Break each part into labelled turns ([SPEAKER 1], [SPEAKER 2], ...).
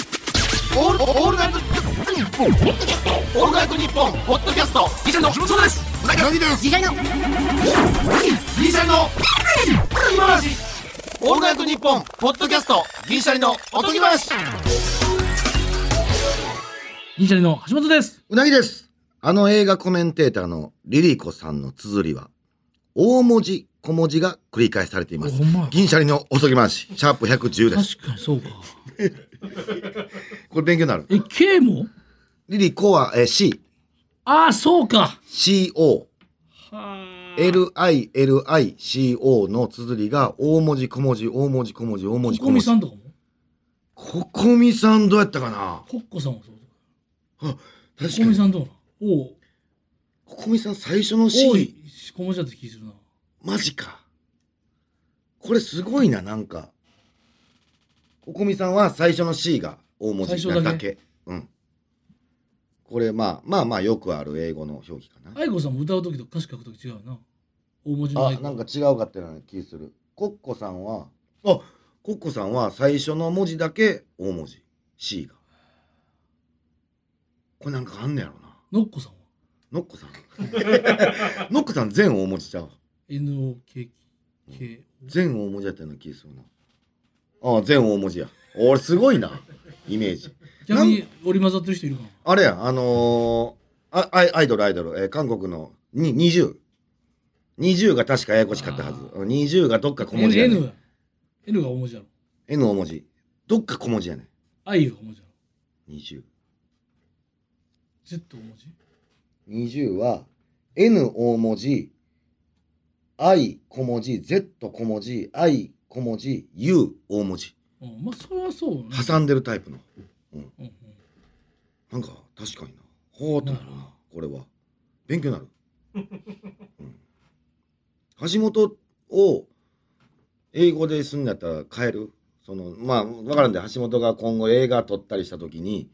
[SPEAKER 1] オールオールナイトニッポンオールナイトニッポンポッドキャストギシャリの木本壮ですうなぎの
[SPEAKER 2] ギシャリの
[SPEAKER 1] ギシャリの今話オールナイトニッポンポッドキャストギシャリのおとぎ話
[SPEAKER 3] 銀シャリの橋本です。
[SPEAKER 2] うなぎです。あの映画コメンテーターのリリコさんの綴りは、大文字、小文字が繰り返されています
[SPEAKER 3] ほんまや。
[SPEAKER 2] 銀シャリのおとぎ回し、シャープ110です。
[SPEAKER 3] 確かにそうか。
[SPEAKER 2] これ勉強になる。
[SPEAKER 3] え、K も
[SPEAKER 2] リリコは、えー、C、
[SPEAKER 3] ああ、そうか。
[SPEAKER 2] CO、LILICO の綴りが、大文字、小文字、大文字、小文字、大文字、
[SPEAKER 3] こ
[SPEAKER 2] 小文
[SPEAKER 3] こみ
[SPEAKER 2] 字
[SPEAKER 3] さ。んとかも
[SPEAKER 2] ここみさんどうやったかな
[SPEAKER 3] コッコさんはそう
[SPEAKER 2] 確
[SPEAKER 3] ここみさんどうなおう、
[SPEAKER 2] ここみさん最初の
[SPEAKER 3] お
[SPEAKER 2] C、
[SPEAKER 3] い、小文字だって気するな。
[SPEAKER 2] マジか。これすごいな、なんか。ここみさんは最初の C が大文字
[SPEAKER 3] 最
[SPEAKER 2] な
[SPEAKER 3] 初
[SPEAKER 2] だけ。
[SPEAKER 3] だけ
[SPEAKER 2] うん。これ、まあ、まあまあ、よくある英語の表記かな。
[SPEAKER 3] 愛子さんも歌う時と歌詞書く時違うよな。大文字の愛
[SPEAKER 2] あ、
[SPEAKER 3] 子。
[SPEAKER 2] なんか違うかってな気する。コッコさんは、あ、コッコさんは最初の文字だけ大文字。C が。これなんかあんねやろな。
[SPEAKER 3] ノッコさんは
[SPEAKER 2] ノッコ さん。ノッコさん全大文字ちゃう。
[SPEAKER 3] ?NOKK。K
[SPEAKER 2] 全大文字やったような気がするなああ全大文字や俺すごいなイメージ
[SPEAKER 3] 逆に織り交ざってる人いるかな
[SPEAKER 2] あれやあのーあアイアイドルアイドル、えー韓国のに2020が確かややこしかったはず
[SPEAKER 3] あ
[SPEAKER 2] 20がどっか小文
[SPEAKER 3] N,
[SPEAKER 2] 字や
[SPEAKER 3] N,
[SPEAKER 2] ねん
[SPEAKER 3] が N が大文字やろ。
[SPEAKER 2] N 大文字どっか小文字やね
[SPEAKER 3] I が大文字やろ。
[SPEAKER 2] ん
[SPEAKER 3] Z 大文字
[SPEAKER 2] 2020は N 大文字 I 小文字 Z 小文字 I 小文字 U 大文字
[SPEAKER 3] うん、まあ、それはそうよね。
[SPEAKER 2] 挟んでるタイプの
[SPEAKER 3] うんうん
[SPEAKER 2] なんか確かにな。ほーっとなる
[SPEAKER 3] なる
[SPEAKER 2] な、これは。勉強になる。うん橋本を英語ですんだったら変えるそのまあ分からんで橋本が今後映画撮ったりした時に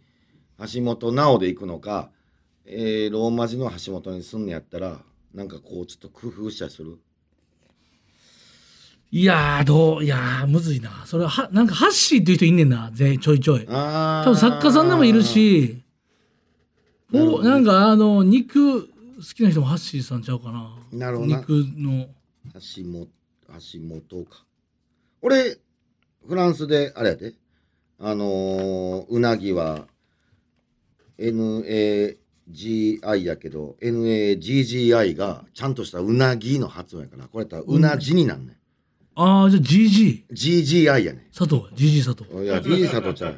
[SPEAKER 2] 橋本直で行くのか、えーローマ字の橋本にすんのやったらなんかこうちょっと工夫したりする
[SPEAKER 3] いやー、どう、いやー、むずいな。それは、は、なんか、ハッシーっていう人いんねんな、ぜちょいちょい。
[SPEAKER 2] あー
[SPEAKER 3] 多分作家さんでもいるし、
[SPEAKER 2] なるほ
[SPEAKER 3] お
[SPEAKER 2] どね
[SPEAKER 3] なんかあの肉好きな人もハッシーさんちゃうかな。
[SPEAKER 2] なるほどな
[SPEAKER 3] 肉の
[SPEAKER 2] 橋本、橋本か。俺、フランスで、あれやで、あのーうなぎは、NAGI やけど、NAGGI がちゃんとしたうなぎの発音やから、これやったらうなじになんねん。
[SPEAKER 3] ああじゃあ GG
[SPEAKER 2] GGI やね
[SPEAKER 3] 佐藤 GG 佐藤
[SPEAKER 2] ん。いや、GG 佐藤ちゃん。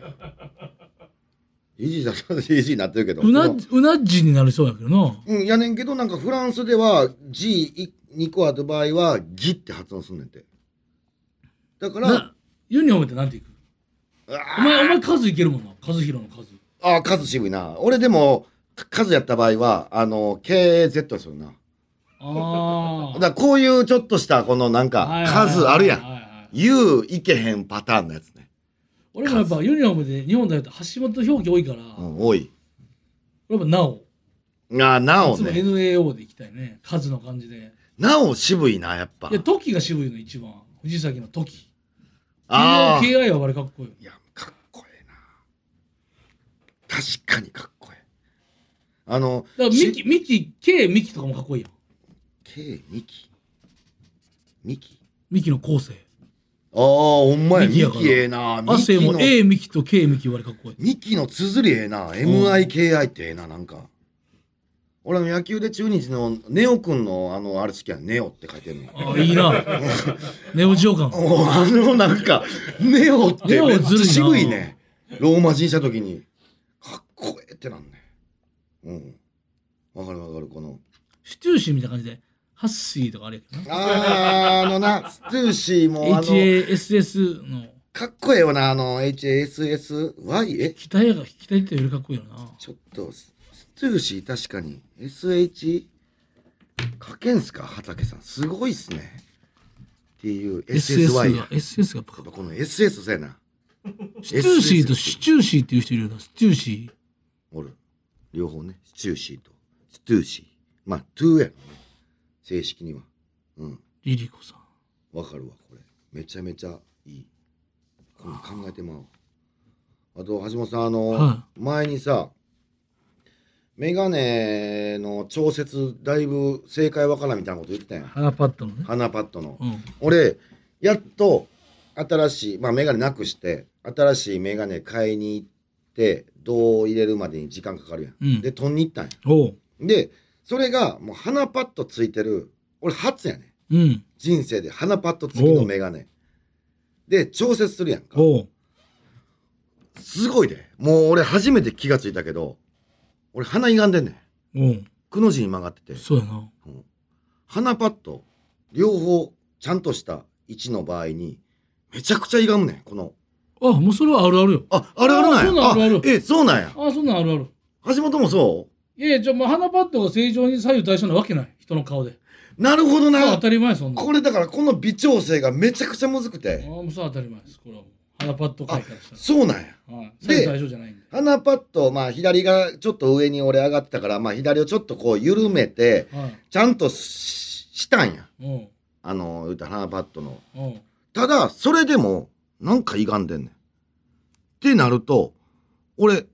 [SPEAKER 2] GG 佐藤 GG になってるけど。
[SPEAKER 3] うな
[SPEAKER 2] でも
[SPEAKER 3] うなっじになりそうやけどな。
[SPEAKER 2] うん、やねんけど、なんかフランスでは G2 個ある場合は、ギって発音すんねんて。だから、
[SPEAKER 3] なユニフォームってなんていく？
[SPEAKER 2] うわー
[SPEAKER 3] お前お前数いけるもんな。数広の数。
[SPEAKER 2] ああ、数渋いな。俺でも、か数やった場合は、あの、KZ するな。
[SPEAKER 3] あ
[SPEAKER 2] だからこういうちょっとした、このなん
[SPEAKER 3] あ。
[SPEAKER 2] か
[SPEAKER 3] はい、はいはい
[SPEAKER 2] 数あるや
[SPEAKER 3] は
[SPEAKER 2] ん。
[SPEAKER 3] いはい
[SPEAKER 2] U いけへんパターンのやつね。
[SPEAKER 3] 俺もやっぱユニフォームで日本だよって橋本表記多いから、
[SPEAKER 2] うん、多い。
[SPEAKER 3] 俺もなお。
[SPEAKER 2] ああ、ないお
[SPEAKER 3] つも
[SPEAKER 2] ね。
[SPEAKER 3] NAO でいきたいね。数の感じで。
[SPEAKER 2] なお渋いな、やっぱ
[SPEAKER 3] いや、。時が渋いの一番。藤崎の時。
[SPEAKER 2] ああ。い
[SPEAKER 3] KI は割れかっこいい。
[SPEAKER 2] や、かっこええな。確かにかっこええ。あの、
[SPEAKER 3] だからミキ、
[SPEAKER 2] し
[SPEAKER 3] ミキ、K ミキとかもかっこいいやん。
[SPEAKER 2] K、ミキ。ミキ
[SPEAKER 3] ミキの後世。
[SPEAKER 2] ああ、ほんまや。
[SPEAKER 3] ミキや
[SPEAKER 2] ミ
[SPEAKER 3] から
[SPEAKER 2] キええな。ミ
[SPEAKER 3] 亜生
[SPEAKER 2] キ
[SPEAKER 3] も
[SPEAKER 2] の、
[SPEAKER 3] A ミキと K ミキ割れかっこいい。
[SPEAKER 2] ミキの綴りええな。MIKI ってええな、なんか。俺の野球で中日のネオくんのあの、あれ好きやん。ネオって書いてるの。
[SPEAKER 3] ああ、いいな。ネオジオ感。
[SPEAKER 2] おあの、なんか、ネオって
[SPEAKER 3] ネオ
[SPEAKER 2] めっ
[SPEAKER 3] ず
[SPEAKER 2] ち
[SPEAKER 3] るい
[SPEAKER 2] ゃ
[SPEAKER 3] な
[SPEAKER 2] 渋いね。ローマ字にした時に、かっこええってなんね。うん。わかるわかる、この。
[SPEAKER 3] シチューシーみたいな感じで、ハッシーとかあれやけどな。
[SPEAKER 2] あー、あのな、ストゥーシーも、あの、
[SPEAKER 3] HASS の、
[SPEAKER 2] かっこええよな、あの、HASSY? え
[SPEAKER 3] 北やが北やってよりかっこいいよな。
[SPEAKER 2] ちょっと、スストゥーシー確かに、SH、かけんすか畑さん。すごいっすね。っていう、SSY や。
[SPEAKER 3] が、
[SPEAKER 2] や
[SPEAKER 3] SS がやっぱか
[SPEAKER 2] っ
[SPEAKER 3] っこ
[SPEAKER 2] ぱこの SS さやな。
[SPEAKER 3] いい。シチューシーとシチューシーっていう人いるよな。シチューシー。
[SPEAKER 2] おる。両方ね。スチューシーと、ストゥーシー。まあ、トゥーやろね。正式には。うん。
[SPEAKER 3] リリコさん。
[SPEAKER 2] わかるわ、これ。めちゃめちゃいい。この考えてまう。あと橋本さんあの、
[SPEAKER 3] は
[SPEAKER 2] 前にさメガネの調節だいぶ正解わからんみたいなこと言ってたやん
[SPEAKER 3] 鼻パッドのね。
[SPEAKER 2] 鼻パッドの
[SPEAKER 3] うん。
[SPEAKER 2] 俺やっと新しいまあメガネなくして新しいメガネ買いに行って銅入れるまでに時間かかるやん、
[SPEAKER 3] うん
[SPEAKER 2] で取んに行ったんや
[SPEAKER 3] おう。
[SPEAKER 2] でそれがもう鼻パッドついてる俺初やね
[SPEAKER 3] うん。
[SPEAKER 2] 人生で鼻パッド付きのメガネで調節するやんか
[SPEAKER 3] おう。
[SPEAKER 2] すごいでもう俺初めて気がついたけど俺鼻歪んでんねん
[SPEAKER 3] おう。
[SPEAKER 2] くの字に曲がってて
[SPEAKER 3] そうやな。
[SPEAKER 2] うん鼻パッド両方ちゃんとした位置の場合にめちゃくちゃ歪むねんこの
[SPEAKER 3] あ、もうそれはあるあるよ。
[SPEAKER 2] ああれある
[SPEAKER 3] あそうなん
[SPEAKER 2] な
[SPEAKER 3] あるあ
[SPEAKER 2] んや
[SPEAKER 3] る
[SPEAKER 2] えそうなんや
[SPEAKER 3] あ、そんなんあるある。
[SPEAKER 2] 橋本もそ
[SPEAKER 3] いやいや、じゃあもう鼻パッドが正常に左右対称なわけない。人の顔で。
[SPEAKER 2] うなるほど
[SPEAKER 3] そう
[SPEAKER 2] な
[SPEAKER 3] 当たり前やそんなん。
[SPEAKER 2] これだからこの微調整がめちゃくちゃむずく
[SPEAKER 3] あ
[SPEAKER 2] て
[SPEAKER 3] もうそう当たり前です。これはもう。鼻パッド界からした
[SPEAKER 2] そうなんや
[SPEAKER 3] ら。はい。
[SPEAKER 2] で
[SPEAKER 3] 左右対称じゃないんで。
[SPEAKER 2] 鼻パッドまあ左がちょっと上に俺上がってたからまあ左をちょっとこう緩めて
[SPEAKER 3] はい。
[SPEAKER 2] ちゃんとししたんや
[SPEAKER 3] うん。
[SPEAKER 2] あの言うたら鼻パッドの
[SPEAKER 3] うん。
[SPEAKER 2] ただそれでもなんか歪んでんねんってなると俺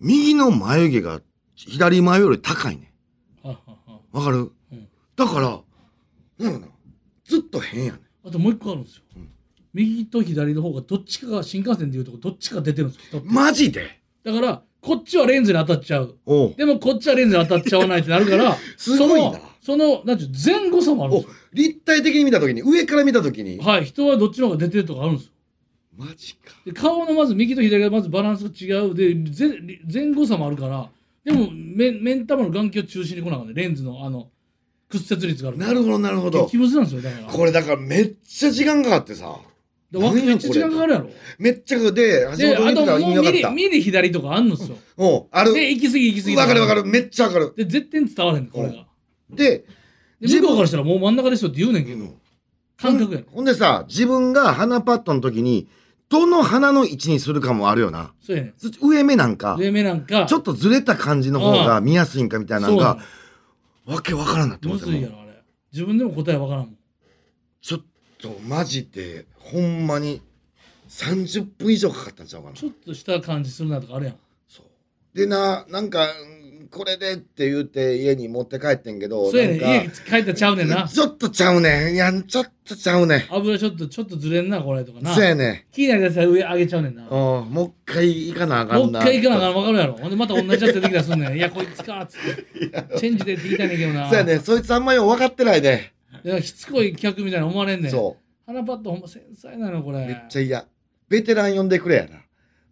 [SPEAKER 2] 右の眉毛が左眉より高いね
[SPEAKER 3] はいはいはい。
[SPEAKER 2] んわかる、
[SPEAKER 3] うん
[SPEAKER 2] だからなんやろなずっと変やねん
[SPEAKER 3] あともう一個あるんですよ。
[SPEAKER 2] うん
[SPEAKER 3] 右と左の方がどっちかが新幹線でいうとこどっちか出てるんですよ。人って
[SPEAKER 2] マジで
[SPEAKER 3] だからこっちはレンズに当たっちゃう。
[SPEAKER 2] おう
[SPEAKER 3] でもこっちはレンズに当たっちゃわないってなるから
[SPEAKER 2] すごいな
[SPEAKER 3] そのそのなんていう前後差もあるんです
[SPEAKER 2] 立体的に見た時に上から見た時に
[SPEAKER 3] よ。はい人はどっちの方が出てるとかあるんですよ。
[SPEAKER 2] マジか
[SPEAKER 3] で顔のまず右と左がまずバランスが違うでぜ前後差もあるからでも目目ん玉の眼球を中心に来なあかんねレンズのあの屈折率があるから
[SPEAKER 2] なるほどなるほど
[SPEAKER 3] 激ムズなんですよだから
[SPEAKER 2] これだからめっちゃ時間かかってさ
[SPEAKER 3] だから
[SPEAKER 2] 何や
[SPEAKER 3] めっちゃ時間かかるやろ
[SPEAKER 2] めっちゃで橋
[SPEAKER 3] で
[SPEAKER 2] 本
[SPEAKER 3] あ
[SPEAKER 2] 見
[SPEAKER 3] と
[SPEAKER 2] てたら意
[SPEAKER 3] も
[SPEAKER 2] 味
[SPEAKER 3] う
[SPEAKER 2] わか
[SPEAKER 3] ミ
[SPEAKER 2] っ
[SPEAKER 3] リ
[SPEAKER 2] た
[SPEAKER 3] ミリ左とかあんのっ すよ
[SPEAKER 2] おうある
[SPEAKER 3] で行き過ぎ行き過ぎ
[SPEAKER 2] わかるわかるめっちゃわかる
[SPEAKER 3] で絶対に伝わらへんこれが
[SPEAKER 2] で
[SPEAKER 3] で向こうからしたらもう真ん中ですよって言うねんけど感覚やろ
[SPEAKER 2] ほんでさ自分が鼻パッドの時にどの鼻の位置にするかもあるよな
[SPEAKER 3] そうやねん
[SPEAKER 2] そ上目なんか
[SPEAKER 3] 上目なんか
[SPEAKER 2] ちょっとずれた感じの方が見やすいんかみたいな
[SPEAKER 3] そ
[SPEAKER 2] の
[SPEAKER 3] うな
[SPEAKER 2] がわけわからんなって
[SPEAKER 3] の
[SPEAKER 2] 思
[SPEAKER 3] む
[SPEAKER 2] って
[SPEAKER 3] ずいやろあれ自分でも答えわからんもん
[SPEAKER 2] ちょっとマジでほんまに30分以上かかったんちゃうかな
[SPEAKER 3] ちょっとした感じするなとかあるやん
[SPEAKER 2] そうでななんかうんこれでって言うて家に持って帰ってんけど
[SPEAKER 3] そうやねん
[SPEAKER 2] なんか
[SPEAKER 3] 家帰ったらちゃうねんな
[SPEAKER 2] ちょっとちゃうねん。いや、ちょっとちゃうねん。
[SPEAKER 3] 油ちょっとちょっとずれんなこれとかな
[SPEAKER 2] そうやね。
[SPEAKER 3] 気になるやつは上上げちゃうねんなんも
[SPEAKER 2] おうもう一回行かなあか
[SPEAKER 3] うん一
[SPEAKER 2] な。
[SPEAKER 3] 回行かなあかん分かるやろほんでまた同じやつ出てきたらすんねんいやこいつかっつってチェンジでって言いたいねんけどな
[SPEAKER 2] そうやねん。そいつあんまよう分かってないで。
[SPEAKER 3] いやしつこい客みたいな思われんねん
[SPEAKER 2] そ
[SPEAKER 3] 鼻パッドほんま繊細なのこ
[SPEAKER 2] う。
[SPEAKER 3] れ
[SPEAKER 2] めっちゃ嫌。ベテラン呼んでくれやな。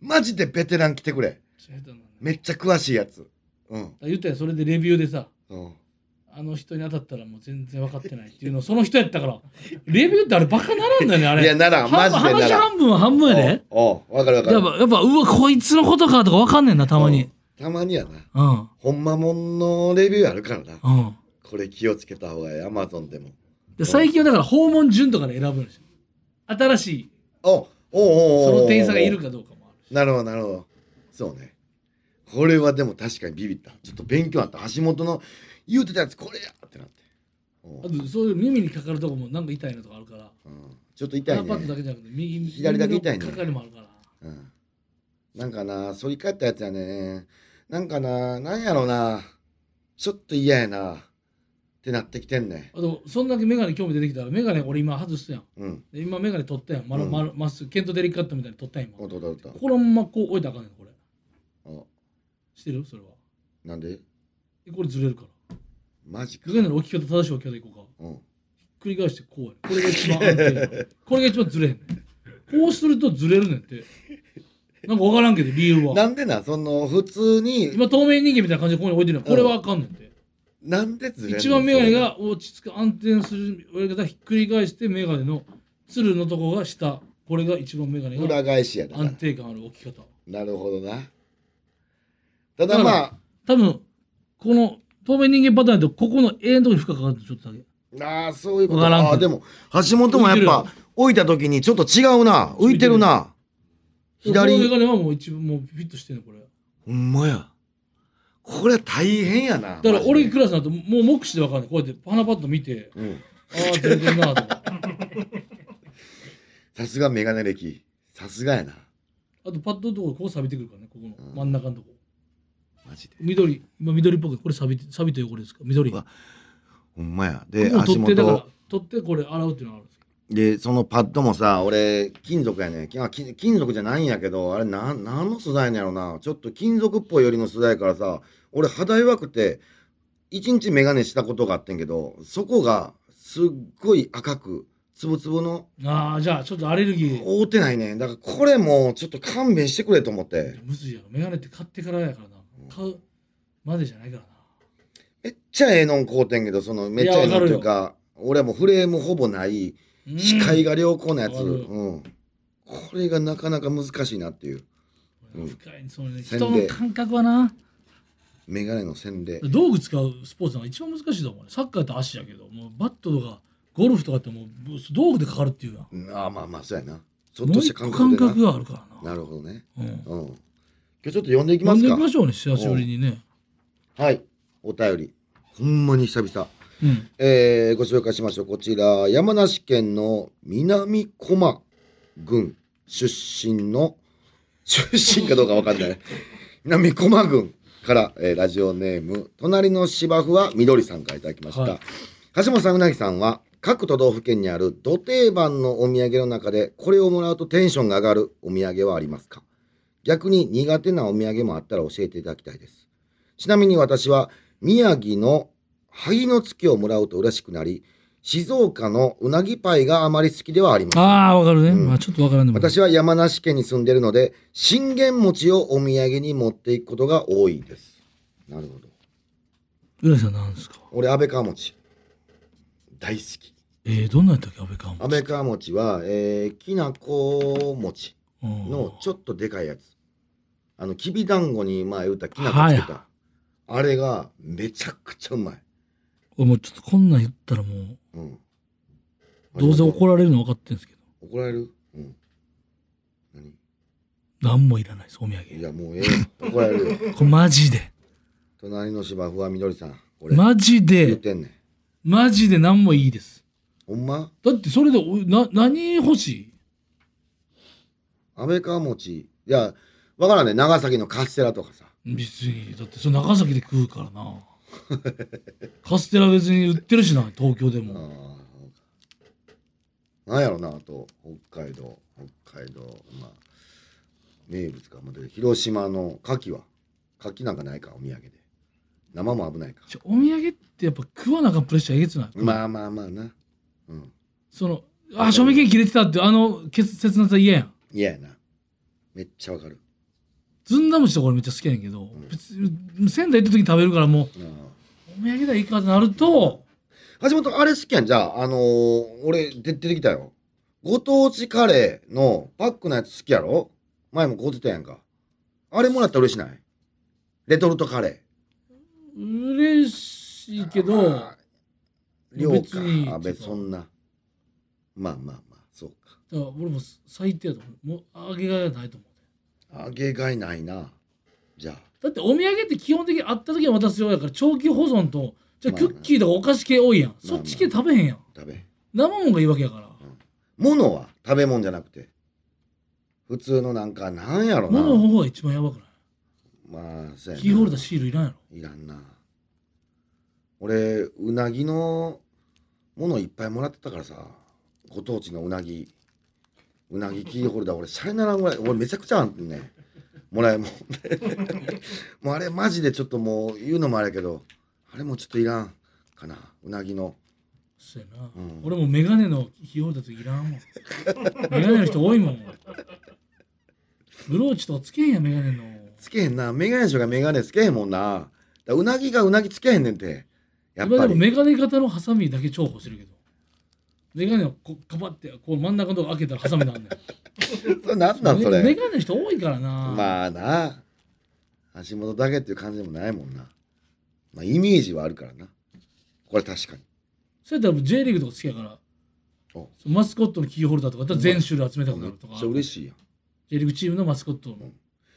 [SPEAKER 2] マジでベテラン来てくれ。
[SPEAKER 3] ちょっとなんだ
[SPEAKER 2] めっちゃ詳しいやつ。うん。
[SPEAKER 3] 言ったやんそれでレビューでさ
[SPEAKER 2] うん、
[SPEAKER 3] あの人に当たったらもう全然分かってないっていうのをその人やったからレビューってあれバカならんだよねあれ
[SPEAKER 2] いや、ならん、マ
[SPEAKER 3] 半
[SPEAKER 2] ジでな
[SPEAKER 3] 話
[SPEAKER 2] らん。
[SPEAKER 3] 半分は半分やで
[SPEAKER 2] おうおう分かる分かる。
[SPEAKER 3] やっぱやっぱうわこいつのことかとか分かんねんなたま
[SPEAKER 2] う
[SPEAKER 3] に
[SPEAKER 2] ん。たまにやな。
[SPEAKER 3] うん
[SPEAKER 2] ほんまもんのレビューあるからな。
[SPEAKER 3] うん
[SPEAKER 2] これ気をつけた方がいい。アマゾンでも。
[SPEAKER 3] で最近はだから訪問順とかで選ぶんですよ新しい
[SPEAKER 2] おうおうおうおう
[SPEAKER 3] その店員さんがいるかどうかもあるし
[SPEAKER 2] なるほどなるほどそうねこれはでも確かにビビったちょっと勉強あった橋本の言うてたやつこれやってなってうん
[SPEAKER 3] あとそういう耳にかかるとこもなんか痛いのとかあるから
[SPEAKER 2] うんちょっと痛
[SPEAKER 3] 鼻
[SPEAKER 2] い
[SPEAKER 3] パッドだ
[SPEAKER 2] ね、
[SPEAKER 3] けじゃなくて右
[SPEAKER 2] 左だけ痛いね
[SPEAKER 3] 耳のかかりもあるから
[SPEAKER 2] うん、なんかな反り返ったやつやねなんかななんやろなちょっと嫌やなってなってきてんね
[SPEAKER 3] あとそんだけ眼鏡興味出てきたら眼鏡俺今外すやん
[SPEAKER 2] うん
[SPEAKER 3] で今眼鏡取ったやんまる
[SPEAKER 2] うん
[SPEAKER 3] まるまっすぐケント・デリカットみたいに取ったやん今
[SPEAKER 2] おっとおっとおっと
[SPEAKER 3] このままこう置いたらあかんねんこれ
[SPEAKER 2] お
[SPEAKER 3] してるそれは
[SPEAKER 2] なんで
[SPEAKER 3] えこれずれるから
[SPEAKER 2] マジか
[SPEAKER 3] 眼鏡の置き方正しい置き方でいこうか
[SPEAKER 2] うん
[SPEAKER 3] 繰り返してこうやねこれが一番安定やこれが一番ずれへんねんこうするとずれるねんってなんか分からんけど理由
[SPEAKER 2] な
[SPEAKER 3] は
[SPEAKER 2] んでなその普通に
[SPEAKER 3] 今透明人間みたいな感じでここに置いてるのこれはあかんねんって
[SPEAKER 2] なんでずれんの
[SPEAKER 3] 一番眼鏡が落ち着く安定するやり方ひっくり返して眼鏡のつるのとこが下これが一番眼
[SPEAKER 2] そ
[SPEAKER 3] 鏡
[SPEAKER 2] れ
[SPEAKER 3] が
[SPEAKER 2] 裏返しやだから
[SPEAKER 3] 安定感ある置き方
[SPEAKER 2] なるほどな。ただまあ、
[SPEAKER 3] 多分この透明人間パターンだとここの A のとこに負荷かかるんですちょっとだけ
[SPEAKER 2] ああそういうこと
[SPEAKER 3] わからんけど
[SPEAKER 2] ああでも橋本もやっぱ置いた時にちょっと違うな浮いてるな
[SPEAKER 3] この
[SPEAKER 2] 左
[SPEAKER 3] 眼鏡はもう一番もうフィットしてんのこれ
[SPEAKER 2] ほんまやこれ大変やな
[SPEAKER 3] だから
[SPEAKER 2] マ
[SPEAKER 3] 俺
[SPEAKER 2] ジで
[SPEAKER 3] クラスになるともう目視で分かんないこうやって鼻パッと見て
[SPEAKER 2] うん
[SPEAKER 3] ああ出てるなとか
[SPEAKER 2] さすがメガネ歴さすがやな
[SPEAKER 3] あとパッドのところここ錆びてくるからねここの
[SPEAKER 2] うん
[SPEAKER 3] 真ん中のとこ
[SPEAKER 2] マジで
[SPEAKER 3] 緑今緑っぽくこれ錆びて錆びた汚れですか緑
[SPEAKER 2] う
[SPEAKER 3] こ
[SPEAKER 2] わほんまや
[SPEAKER 3] こ
[SPEAKER 2] で
[SPEAKER 3] を取
[SPEAKER 2] 足
[SPEAKER 3] ってだから
[SPEAKER 2] 元
[SPEAKER 3] 取ってこれ洗うっていうのがあるんですよ
[SPEAKER 2] でそのパッドもさ俺金属やねんあ金金属じゃないんやけどあれなん何の素材なんやろなちょっと金属っぽいよりの素材やからさ俺肌弱くて一日眼鏡したことがあってんけどそこがすっごい赤くつぶつぶの
[SPEAKER 3] ああじゃあちょっとアレルギー
[SPEAKER 2] 覆ってないねだからこれもうちょっと勘弁してくれと思って
[SPEAKER 3] むずいやろメガネって買ってからやから
[SPEAKER 2] うん
[SPEAKER 3] な買うまでじゃないからな
[SPEAKER 2] めっちゃええのん買うてんけどそのめっちゃええのんっていう
[SPEAKER 3] いやわ
[SPEAKER 2] か俺はもうフレームほぼない
[SPEAKER 3] うん
[SPEAKER 2] 視界が良好なやつ、
[SPEAKER 3] わかる
[SPEAKER 2] うん、これがなかなか難しいなっていううん
[SPEAKER 3] 深いそのね
[SPEAKER 2] 洗
[SPEAKER 3] 人
[SPEAKER 2] 礼
[SPEAKER 3] の感覚はな
[SPEAKER 2] 眼鏡の洗礼
[SPEAKER 3] 道具使うスポーツが一番難しいと思うねサッカーやったら足やけどもうバットとかゴルフとかってもう道具でかかるっていうやん
[SPEAKER 2] ああまあまあそうやなちょっ
[SPEAKER 3] も
[SPEAKER 2] と
[SPEAKER 3] う
[SPEAKER 2] し
[SPEAKER 3] 一
[SPEAKER 2] た
[SPEAKER 3] 個
[SPEAKER 2] 感
[SPEAKER 3] 感
[SPEAKER 2] 覚でな
[SPEAKER 3] 覚があるからな
[SPEAKER 2] なるほどね、
[SPEAKER 3] うん
[SPEAKER 2] うん、今日ちょっと呼んでいき
[SPEAKER 3] 呼
[SPEAKER 2] ま
[SPEAKER 3] ん
[SPEAKER 2] す
[SPEAKER 3] でい
[SPEAKER 2] か
[SPEAKER 3] きましょうね久しぶりにね
[SPEAKER 2] はいお便りほんまに久々
[SPEAKER 3] うん
[SPEAKER 2] えーご紹介しましょうこちら山梨県の南駒郡出身の出身かどうかわかんない南駒郡から、えーラジオネーム隣の芝生は緑さんからいただきました、
[SPEAKER 3] はい
[SPEAKER 2] 橋本さんうなぎさんは各都道府県にある土定番のお土産の中でこれをもらうとテンションが上がるお土産はありますか逆に苦手なお土産もあったら教えていただきたいですちなみに私は宮城の萩の月をもらうと嬉しくなり静岡のうなぎパイがあまり好きではありません
[SPEAKER 3] ああわかるね、
[SPEAKER 2] うん
[SPEAKER 3] まあちょっとわからんでもない
[SPEAKER 2] 私は山梨県に住んでるので信玄餅をお土産に持っていくことが多いですなるほど
[SPEAKER 3] 浦井さんなんですか
[SPEAKER 2] 俺安倍川餅大好き
[SPEAKER 3] えー、どんなんやったっけ安倍川
[SPEAKER 2] 安倍川餅は、えー、きなこ餅のち
[SPEAKER 3] ょ
[SPEAKER 2] ょっとでかいやつあのきびだんごに前打ったきなこつけた、
[SPEAKER 3] は
[SPEAKER 2] あれがめちゃくちゃうまい、
[SPEAKER 3] もうちょっとこんなん言ったらも
[SPEAKER 2] うん、
[SPEAKER 3] うどうせ怒られるの分かってるんですけど
[SPEAKER 2] 怒られるうん何
[SPEAKER 3] 何もいらないですお土
[SPEAKER 2] い
[SPEAKER 3] 産
[SPEAKER 2] やもうええよ怒られるよ
[SPEAKER 3] これマジで
[SPEAKER 2] 隣の芝生はみどりさん俺
[SPEAKER 3] マジ
[SPEAKER 2] 言っ
[SPEAKER 3] で
[SPEAKER 2] てんねん
[SPEAKER 3] マジで何もいいです
[SPEAKER 2] ほんま
[SPEAKER 3] だってそれでおな何欲しい
[SPEAKER 2] 安倍川餅いやわからんね長崎のカステラとかさ
[SPEAKER 3] 別にだってそれ長崎で食うか らなカステラ別に売ってるしな東京で
[SPEAKER 2] あ
[SPEAKER 3] も
[SPEAKER 2] ーなんやろなあと北海道北海道まあ名物かまで広島の牡蠣は牡蠣なんかないかお土産で生も危ないか
[SPEAKER 3] ちょお土産ってやっぱ食わなあかんプレッシャーえげつない、
[SPEAKER 2] まあまあまあなうん
[SPEAKER 3] そのあ賞味期限切れてたってあのけ切なさ嫌やん
[SPEAKER 2] 嫌やなめっちゃわかる
[SPEAKER 3] ずんだ餅とか俺めっちゃ好きやねんけど、
[SPEAKER 2] ん
[SPEAKER 3] 別に仙台行った時に食べるからもう
[SPEAKER 2] あー
[SPEAKER 3] お土産だいいかってなると
[SPEAKER 2] 橋本あれ好きやんじゃああのー俺で出てきたよご当地カレーのパックのやつ好きやろ前もこうてたやんかあれもらったら嬉しないレトルトカレ
[SPEAKER 3] 嬉しいけ
[SPEAKER 2] ー
[SPEAKER 3] ど
[SPEAKER 2] あー量
[SPEAKER 3] 別に
[SPEAKER 2] かあ別
[SPEAKER 3] ちょっ
[SPEAKER 2] そ
[SPEAKER 3] と
[SPEAKER 2] んなまあまあまあそうか
[SPEAKER 3] だから俺も最低やと思うもう揚げがいはないと思う
[SPEAKER 2] 揚げがいないなじゃあ
[SPEAKER 3] だってお土産って基本的にあった時に渡すようやから長期保存とじゃあ
[SPEAKER 2] まあ
[SPEAKER 3] ク
[SPEAKER 2] ね
[SPEAKER 3] ッキーとかお菓子系多いやん、そっち系食べへんやん
[SPEAKER 2] 食べ
[SPEAKER 3] 生もんがいいわけやから
[SPEAKER 2] 物は食べ物じゃなくて普通のなんかなんやろな
[SPEAKER 3] 物の方が一番やばくない
[SPEAKER 2] まあそうやな
[SPEAKER 3] キーホルダーシールいらんやろ
[SPEAKER 2] いらんな俺うなぎのものいっぱいもらってたからさご当地のうなぎうなぎキーホルダー俺シャレならんぐらい俺めちゃくちゃあんねもらえもんもうあれマジでちょっともう言うのもあれやけどあれもちょっといらんかなうなぎの
[SPEAKER 3] そうやな、
[SPEAKER 2] うん
[SPEAKER 3] 俺もメガネのキーホルダーといらんもんメガネの人多いもんブローチとかつけへんやメガネの
[SPEAKER 2] つけへんなメガネしょがメガネつけへんもんなだうなぎがうなぎつけへんねんてやっ
[SPEAKER 3] 今
[SPEAKER 2] ぱ
[SPEAKER 3] でも
[SPEAKER 2] り
[SPEAKER 3] メガネ型のハサミだけ重宝してるけどメガネをこうかばってこう真ん中のとこ開けたらハサミなんだよ
[SPEAKER 2] それなんなんそれ
[SPEAKER 3] メメガネの人多いからな
[SPEAKER 2] まあな橋本だけっていう感じでもないもんな、まあ、イメージはあるからなこれ確かに
[SPEAKER 3] それ多分 J リーグとか好きやから
[SPEAKER 2] お
[SPEAKER 3] そのマスコットのキーホルダーとかだったら全種類集めたく
[SPEAKER 2] め
[SPEAKER 3] な
[SPEAKER 2] っ
[SPEAKER 3] るとか
[SPEAKER 2] ちゃ嬉しいやん
[SPEAKER 3] J リーグチームのマスコットの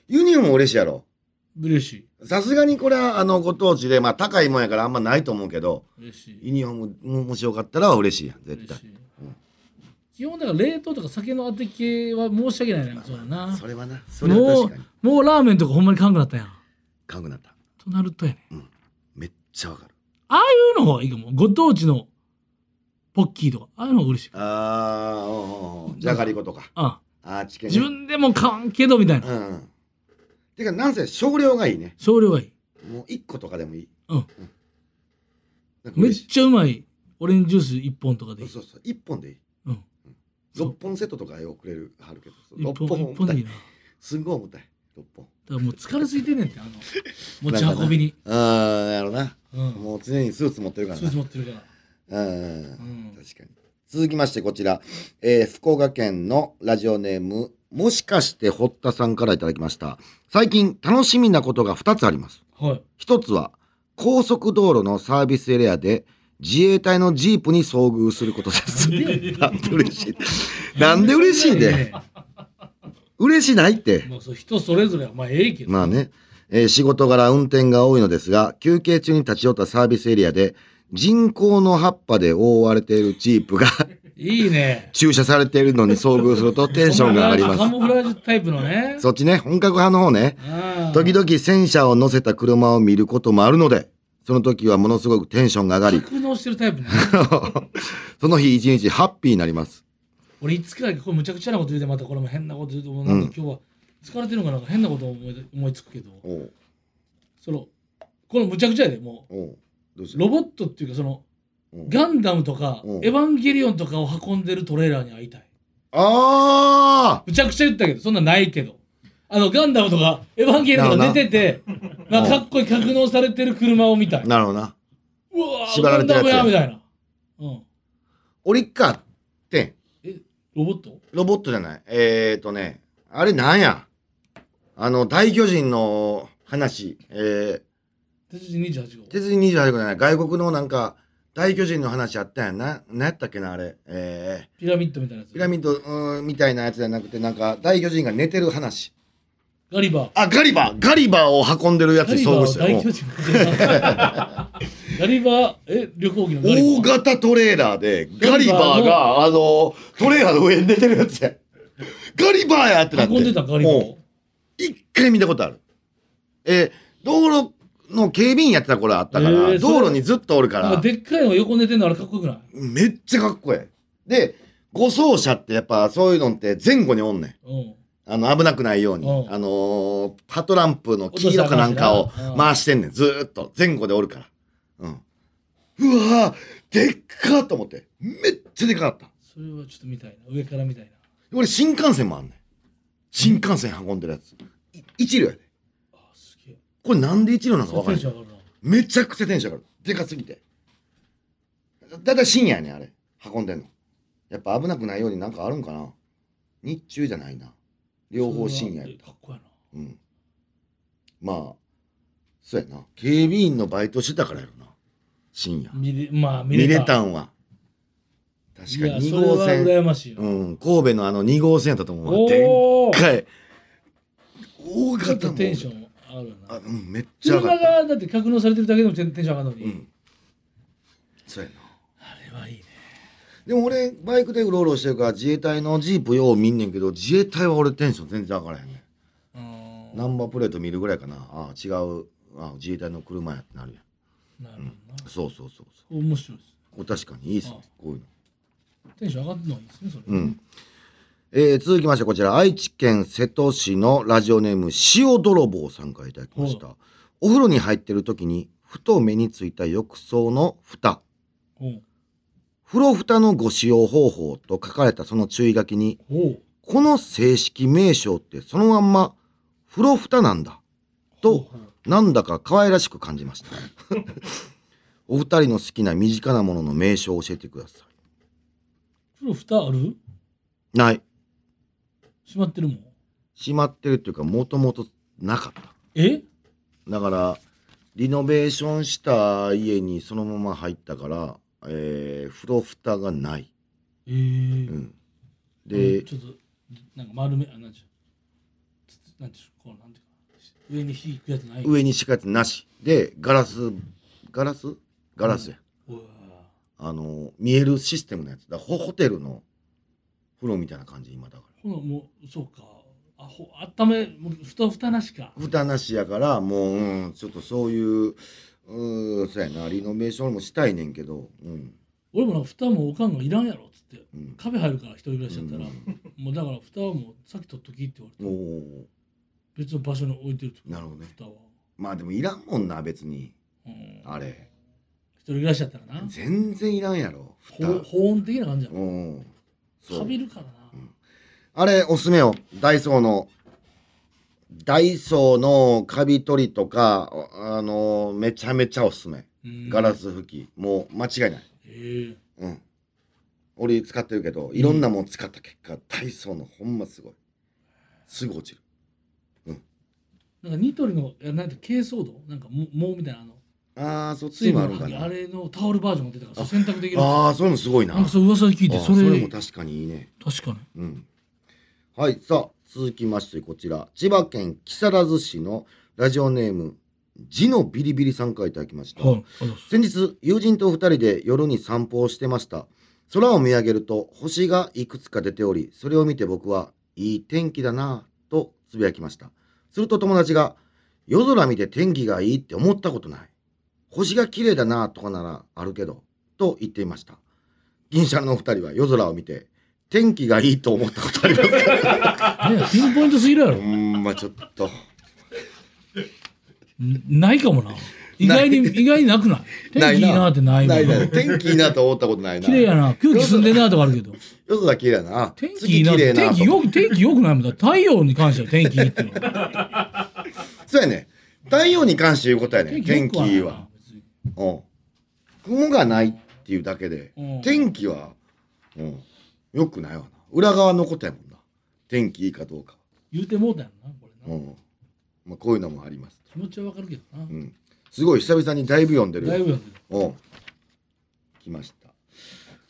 [SPEAKER 2] ユニフォームも嬉しいやろ
[SPEAKER 3] 嬉しい
[SPEAKER 2] さすがにこれはあのご当地でまあ高いもんやからあんまないと思うけど
[SPEAKER 3] 嬉しい
[SPEAKER 2] ユニフォームももしよかったら嬉しいやん絶
[SPEAKER 3] 嬉
[SPEAKER 2] 対
[SPEAKER 3] しい、
[SPEAKER 2] うん
[SPEAKER 3] 基本だから冷凍とか酒のあて系は申し訳ないな、そうだな。
[SPEAKER 2] それはなそれは
[SPEAKER 3] も
[SPEAKER 2] 確
[SPEAKER 3] う
[SPEAKER 2] かに、
[SPEAKER 3] もうラーメンとかほんまにかんくなったやん。
[SPEAKER 2] かんくなった
[SPEAKER 3] となるとやね。
[SPEAKER 2] めっちゃわかる
[SPEAKER 3] ああいうの方がいいかも。ご当地のポッキーとか、ああいうのが嬉しい。
[SPEAKER 2] ああおうおうおうじゃがりことか
[SPEAKER 3] あ
[SPEAKER 2] あーチキンね
[SPEAKER 3] 自分でも買わんけどみたいな。
[SPEAKER 2] うんうんてかなんせ少量がいいね
[SPEAKER 3] 少量がいい。
[SPEAKER 2] もう一個とかでもいい
[SPEAKER 3] うん
[SPEAKER 2] なんか
[SPEAKER 3] めっ
[SPEAKER 2] 嬉しい
[SPEAKER 3] ちゃうまいオレンジジュース1本とかでいい。
[SPEAKER 2] そうそう一本でいい
[SPEAKER 3] うん。そう
[SPEAKER 2] 六本セットとかよくれるはるけど
[SPEAKER 3] 1
[SPEAKER 2] 六
[SPEAKER 3] 本、
[SPEAKER 2] 本
[SPEAKER 3] 1
[SPEAKER 2] 重
[SPEAKER 3] 本
[SPEAKER 2] た
[SPEAKER 3] でいい
[SPEAKER 2] い
[SPEAKER 3] な。だ
[SPEAKER 2] すんごい重たい六本
[SPEAKER 3] からもう疲れすぎてんねんって、あ の、持ち運びに。
[SPEAKER 2] ああやろな
[SPEAKER 3] うん。
[SPEAKER 2] もう常にスーツ持ってるから
[SPEAKER 3] スー
[SPEAKER 2] な
[SPEAKER 3] ツ持ってるから。
[SPEAKER 2] うん
[SPEAKER 3] うん。
[SPEAKER 2] 確かに続きましてこちら、えー福岡県のラジオネームもしかして堀田さんからいただきました最近楽しみなことが2つあります
[SPEAKER 3] はい。
[SPEAKER 2] 一つは高速道路のサービスエリアで自衛隊のジープに遭遇することです。なんで嬉しい。なんで嬉しいね。。嬉しないって。
[SPEAKER 3] まあ、そう人それぞれは、まあ、ええけど。
[SPEAKER 2] まあね、えー仕事柄運転が多いのですが、休憩中に立ち寄ったサービスエリアで人工の葉っぱで覆われているジープが
[SPEAKER 3] いいね。
[SPEAKER 2] 駐車されているのに遭遇するとテンションが上がりま
[SPEAKER 3] カ
[SPEAKER 2] す。
[SPEAKER 3] モフラージュタイプのね。
[SPEAKER 2] そっちね、本格派の方ね。
[SPEAKER 3] うん
[SPEAKER 2] 時々戦車を乗せた車を見ることもあるので、その時はものすごくテンションが上がり、
[SPEAKER 3] 格納してるタイプね。
[SPEAKER 2] その日一日ハッピーになります。
[SPEAKER 3] 俺、いつか、これむちゃくちゃなこと言うて、またこれも変なこと言うと、もうなんか今日は疲れてるのかなんか変なこと思い思いつくけど、
[SPEAKER 2] おう
[SPEAKER 3] その、このむちゃくちゃやで、も
[SPEAKER 2] おうどうし
[SPEAKER 3] う、
[SPEAKER 2] た
[SPEAKER 3] ロボットっていうか、その、
[SPEAKER 2] うん
[SPEAKER 3] ガンダムとか、
[SPEAKER 2] うん
[SPEAKER 3] エヴァンゲリオンとかを運んでるトレーラーに会いたい。
[SPEAKER 2] あ
[SPEAKER 3] むちゃくちゃ言ったけど、そんなんないけど。あの、ガンダムとか、エヴァンゲリオンとか出てて、
[SPEAKER 2] な
[SPEAKER 3] なんかかっこいい格納されてる車を見たい
[SPEAKER 2] あ。なるほどな。
[SPEAKER 3] うわー
[SPEAKER 2] 縛られてるやつや
[SPEAKER 3] ガンダムやみたいな。うん。
[SPEAKER 2] 俺一回あってん
[SPEAKER 3] ロボット
[SPEAKER 2] ロボットじゃない。えーとね、あれなんやあの、大巨人の話、えー、
[SPEAKER 3] 鉄人28号。
[SPEAKER 2] 鉄人28号じゃない、外国のなんか、大巨人の話あったやんな。なんやったっけな、あれ。え
[SPEAKER 3] ピラミッドみたいなや
[SPEAKER 2] ー、
[SPEAKER 3] つ。
[SPEAKER 2] ピラミッドうーんみたいなやつじゃなくて、なんか、大巨人が寝てる話。
[SPEAKER 3] ガリバー。
[SPEAKER 2] あ、ガリバーガリバーを運んでるやつ
[SPEAKER 3] ガ
[SPEAKER 2] に
[SPEAKER 3] リバ
[SPEAKER 2] 遭
[SPEAKER 3] ー
[SPEAKER 2] 遇
[SPEAKER 3] を
[SPEAKER 2] した
[SPEAKER 3] 大巨人。 ガリバー、え、旅行機のガリ
[SPEAKER 2] 大
[SPEAKER 3] バー。
[SPEAKER 2] 型トレーラーでガリバ
[SPEAKER 3] ガ
[SPEAKER 2] ー
[SPEAKER 3] リバ
[SPEAKER 2] があのトレーラーの上に出てるやつやガリバーやってなって
[SPEAKER 3] 運んでたガリバー
[SPEAKER 2] もう
[SPEAKER 3] を。
[SPEAKER 2] 一回見たことあるえー道路の警備員やってた頃あったから、
[SPEAKER 3] えーそれ
[SPEAKER 2] 道路にずっとおるか
[SPEAKER 3] なんからでっかいのが横寝てんのあれかっこよくない
[SPEAKER 2] めっちゃかっこええで護送車ってやっぱそういうのって前後におんねん
[SPEAKER 3] うん。
[SPEAKER 2] あの危なくないように、
[SPEAKER 3] うん
[SPEAKER 2] あのーパトランプの黄色かなんかを
[SPEAKER 3] 落としたらあか
[SPEAKER 2] 回
[SPEAKER 3] んしなうん
[SPEAKER 2] してんねんずーっと前後でおるから、うん、うわーでっかーと思ってめっちゃでかかった
[SPEAKER 3] それはちょっと見たいな。上から見たいな。
[SPEAKER 2] 俺新幹線もあんねん新幹線運んでるやつい一両やで
[SPEAKER 3] あ、すげえ。
[SPEAKER 2] これなんで一両なのか
[SPEAKER 3] そう
[SPEAKER 2] 分か
[SPEAKER 3] テ
[SPEAKER 2] ん
[SPEAKER 3] ン
[SPEAKER 2] ない
[SPEAKER 3] ション上がるな。
[SPEAKER 2] めちゃくちゃテンション上がるでかすぎてだだいたい深夜やねんあれ運んでんのやっぱ危なくないようになんかあるんかな日中じゃないな両方深夜や
[SPEAKER 3] それはかっこやな。
[SPEAKER 2] うんまあそうやな警備員のバイトしてたからやろな深夜
[SPEAKER 3] 見れ、まあ見
[SPEAKER 2] 見
[SPEAKER 3] れ
[SPEAKER 2] れ
[SPEAKER 3] た。
[SPEAKER 2] たんは確か
[SPEAKER 3] いや
[SPEAKER 2] に2号
[SPEAKER 3] それ
[SPEAKER 2] 線
[SPEAKER 3] は羨ましいな。
[SPEAKER 2] うん神戸のあの2号線やったと思うわでっ
[SPEAKER 3] おお。
[SPEAKER 2] かい大
[SPEAKER 3] ちょっ
[SPEAKER 2] 型
[SPEAKER 3] と
[SPEAKER 2] も
[SPEAKER 3] テンションある
[SPEAKER 2] あ
[SPEAKER 3] な。
[SPEAKER 2] うんめっちゃ上が
[SPEAKER 3] 車
[SPEAKER 2] った
[SPEAKER 3] がだって格納されてるだけでもテンテンション上がるの
[SPEAKER 2] う
[SPEAKER 3] に。
[SPEAKER 2] んそうやな
[SPEAKER 3] あれはいいね。
[SPEAKER 2] でも俺バイクでうろうろしてるから自衛隊のジープよう見んねんけど自衛隊は俺テンション全然上がらへんね
[SPEAKER 3] うーん
[SPEAKER 2] ナンバープレート見るぐらいかなああ違うああ自衛隊の車やってなるやん
[SPEAKER 3] なるほどな。
[SPEAKER 2] そうそうそうそ
[SPEAKER 3] 面白いです。
[SPEAKER 2] うお確かにいいっすねこういうの
[SPEAKER 3] テンション上がるのはいいですね、それ。
[SPEAKER 2] うん。えー続きましてこちら愛知県瀬戸市のラジオネーム塩泥棒さんからいただきましたお風呂に入ってる時にふと目についた浴槽の蓋
[SPEAKER 3] おう
[SPEAKER 2] 風呂蓋のご使用方法と書かれたその注意書きに
[SPEAKER 3] おう
[SPEAKER 2] この正式名称ってそのまんま風呂蓋なんだとなんだか可愛らしく感じました お二人の好きな身近なものの名称を教えてくださ
[SPEAKER 3] プロ蓋ある
[SPEAKER 2] いない
[SPEAKER 3] 閉まってるもん。
[SPEAKER 2] しまってるっていうかもともとなかった
[SPEAKER 3] え
[SPEAKER 2] だからリノベーションした家にそのまま入ったから、えー、風呂蓋がない、
[SPEAKER 3] えー
[SPEAKER 2] うん、で、
[SPEAKER 3] うんちょっと、なんか丸め、あ、なんちゅう。つつなんちゅう、こう、なんていうか。上に火いくやつない。
[SPEAKER 2] 上にしかやつなしでガラスガラスガラスや、
[SPEAKER 3] うわ
[SPEAKER 2] あの見えるシステムのやつだホホテルの風呂みたいな感じ今だか
[SPEAKER 3] ほなもうそうかあほ温めもうふたふたなしから
[SPEAKER 2] 蓋なしやからもう、うん、ちょっとそういううーそうやなリノベーションもしたいねんけどうん
[SPEAKER 3] 俺もなんか蓋もおかんがいらんやろっつって
[SPEAKER 2] うん
[SPEAKER 3] 壁入るから一人暮らしだったら、
[SPEAKER 2] うん
[SPEAKER 3] もうだから蓋はもうさっき取っときって言わ
[SPEAKER 2] お
[SPEAKER 3] れて
[SPEAKER 2] ー
[SPEAKER 3] 別の場所に置いてるってこと
[SPEAKER 2] なるほどね
[SPEAKER 3] 蓋は、
[SPEAKER 2] まあでもいらんもんな別に
[SPEAKER 3] うん、
[SPEAKER 2] あれ
[SPEAKER 3] 一人暮らしだったらな
[SPEAKER 2] 全然いらんやろ蓋
[SPEAKER 3] ほ保温的な感じやろ
[SPEAKER 2] うんそ
[SPEAKER 3] か
[SPEAKER 2] う
[SPEAKER 3] びるからな、
[SPEAKER 2] んあれおすすめよダイソーのダイソーのカビ取りとかああのめちゃめちゃおすすめ
[SPEAKER 3] うん
[SPEAKER 2] ガラス拭き、もう間違いない
[SPEAKER 3] ええ
[SPEAKER 2] うん俺使ってるけどいろんなもん使った結果、ダイソーのほんますごいすぐ落ちる
[SPEAKER 3] なんかニトリのいやなんて珪藻土なんかも毛みたいなあの
[SPEAKER 2] ああそっち
[SPEAKER 3] 水
[SPEAKER 2] にもあ
[SPEAKER 3] 分
[SPEAKER 2] るんか
[SPEAKER 3] のかき
[SPEAKER 2] な
[SPEAKER 3] あ
[SPEAKER 2] あ
[SPEAKER 3] れのタオルバージョンが出たから洗濯できる
[SPEAKER 2] あーそれもすごいな
[SPEAKER 3] なんかそう噂で聞いて
[SPEAKER 2] あー
[SPEAKER 3] それ
[SPEAKER 2] それも確かにいいね
[SPEAKER 3] 確かに
[SPEAKER 2] うん。はい、さあ、続きましてこちら、千葉県木更津市のラジオネーム、ジのビリビリさんからいただきました。
[SPEAKER 3] はいありがとうございます
[SPEAKER 2] 先日、友人と二人で夜に散歩をしてました。空を見上げると星がいくつか出ており、それを見て僕は、いい天気だなぁとつぶやきました。すると友達が、夜空見て天気がいいって思ったことない。星が綺麗だなぁとかならあるけど、と言っていました。銀シャリのお二人は夜空を見て、天気がいいと思ったことあります か
[SPEAKER 3] ねえピンポイントすぎるやろ
[SPEAKER 2] ほんまちょっと。
[SPEAKER 3] んないか もな意外に意外になくない天気いいなってないもん
[SPEAKER 2] ないない。天気いいなと思ったことないな。
[SPEAKER 3] 綺麗やな空気澄んでんなとかある けど
[SPEAKER 2] 夜空綺麗やな。
[SPEAKER 3] 天気いいな
[SPEAKER 2] 月綺麗
[SPEAKER 3] 天気
[SPEAKER 2] と思っ
[SPEAKER 3] よく天気よくないもんだ太陽に関しては天気いいっ ていうのは
[SPEAKER 2] たそうやね。太陽に関して言うことやね。天
[SPEAKER 3] 良
[SPEAKER 2] 気
[SPEAKER 3] くない
[SPEAKER 2] い
[SPEAKER 3] な
[SPEAKER 2] は。
[SPEAKER 3] 別に
[SPEAKER 2] うん。雲がないっていうだけで
[SPEAKER 3] うん、
[SPEAKER 2] 天気は、うん。よくないわな。裏側のことやもんな。天気いいかどうか。
[SPEAKER 3] 言うてもうたやろなこれ
[SPEAKER 2] う。
[SPEAKER 3] なん
[SPEAKER 2] まあ、こういうのもあります。
[SPEAKER 3] 気持ちはわかるけどな
[SPEAKER 2] うん。すごい久々にだいぶ読んでる。
[SPEAKER 3] だいぶやけど
[SPEAKER 2] お来ました。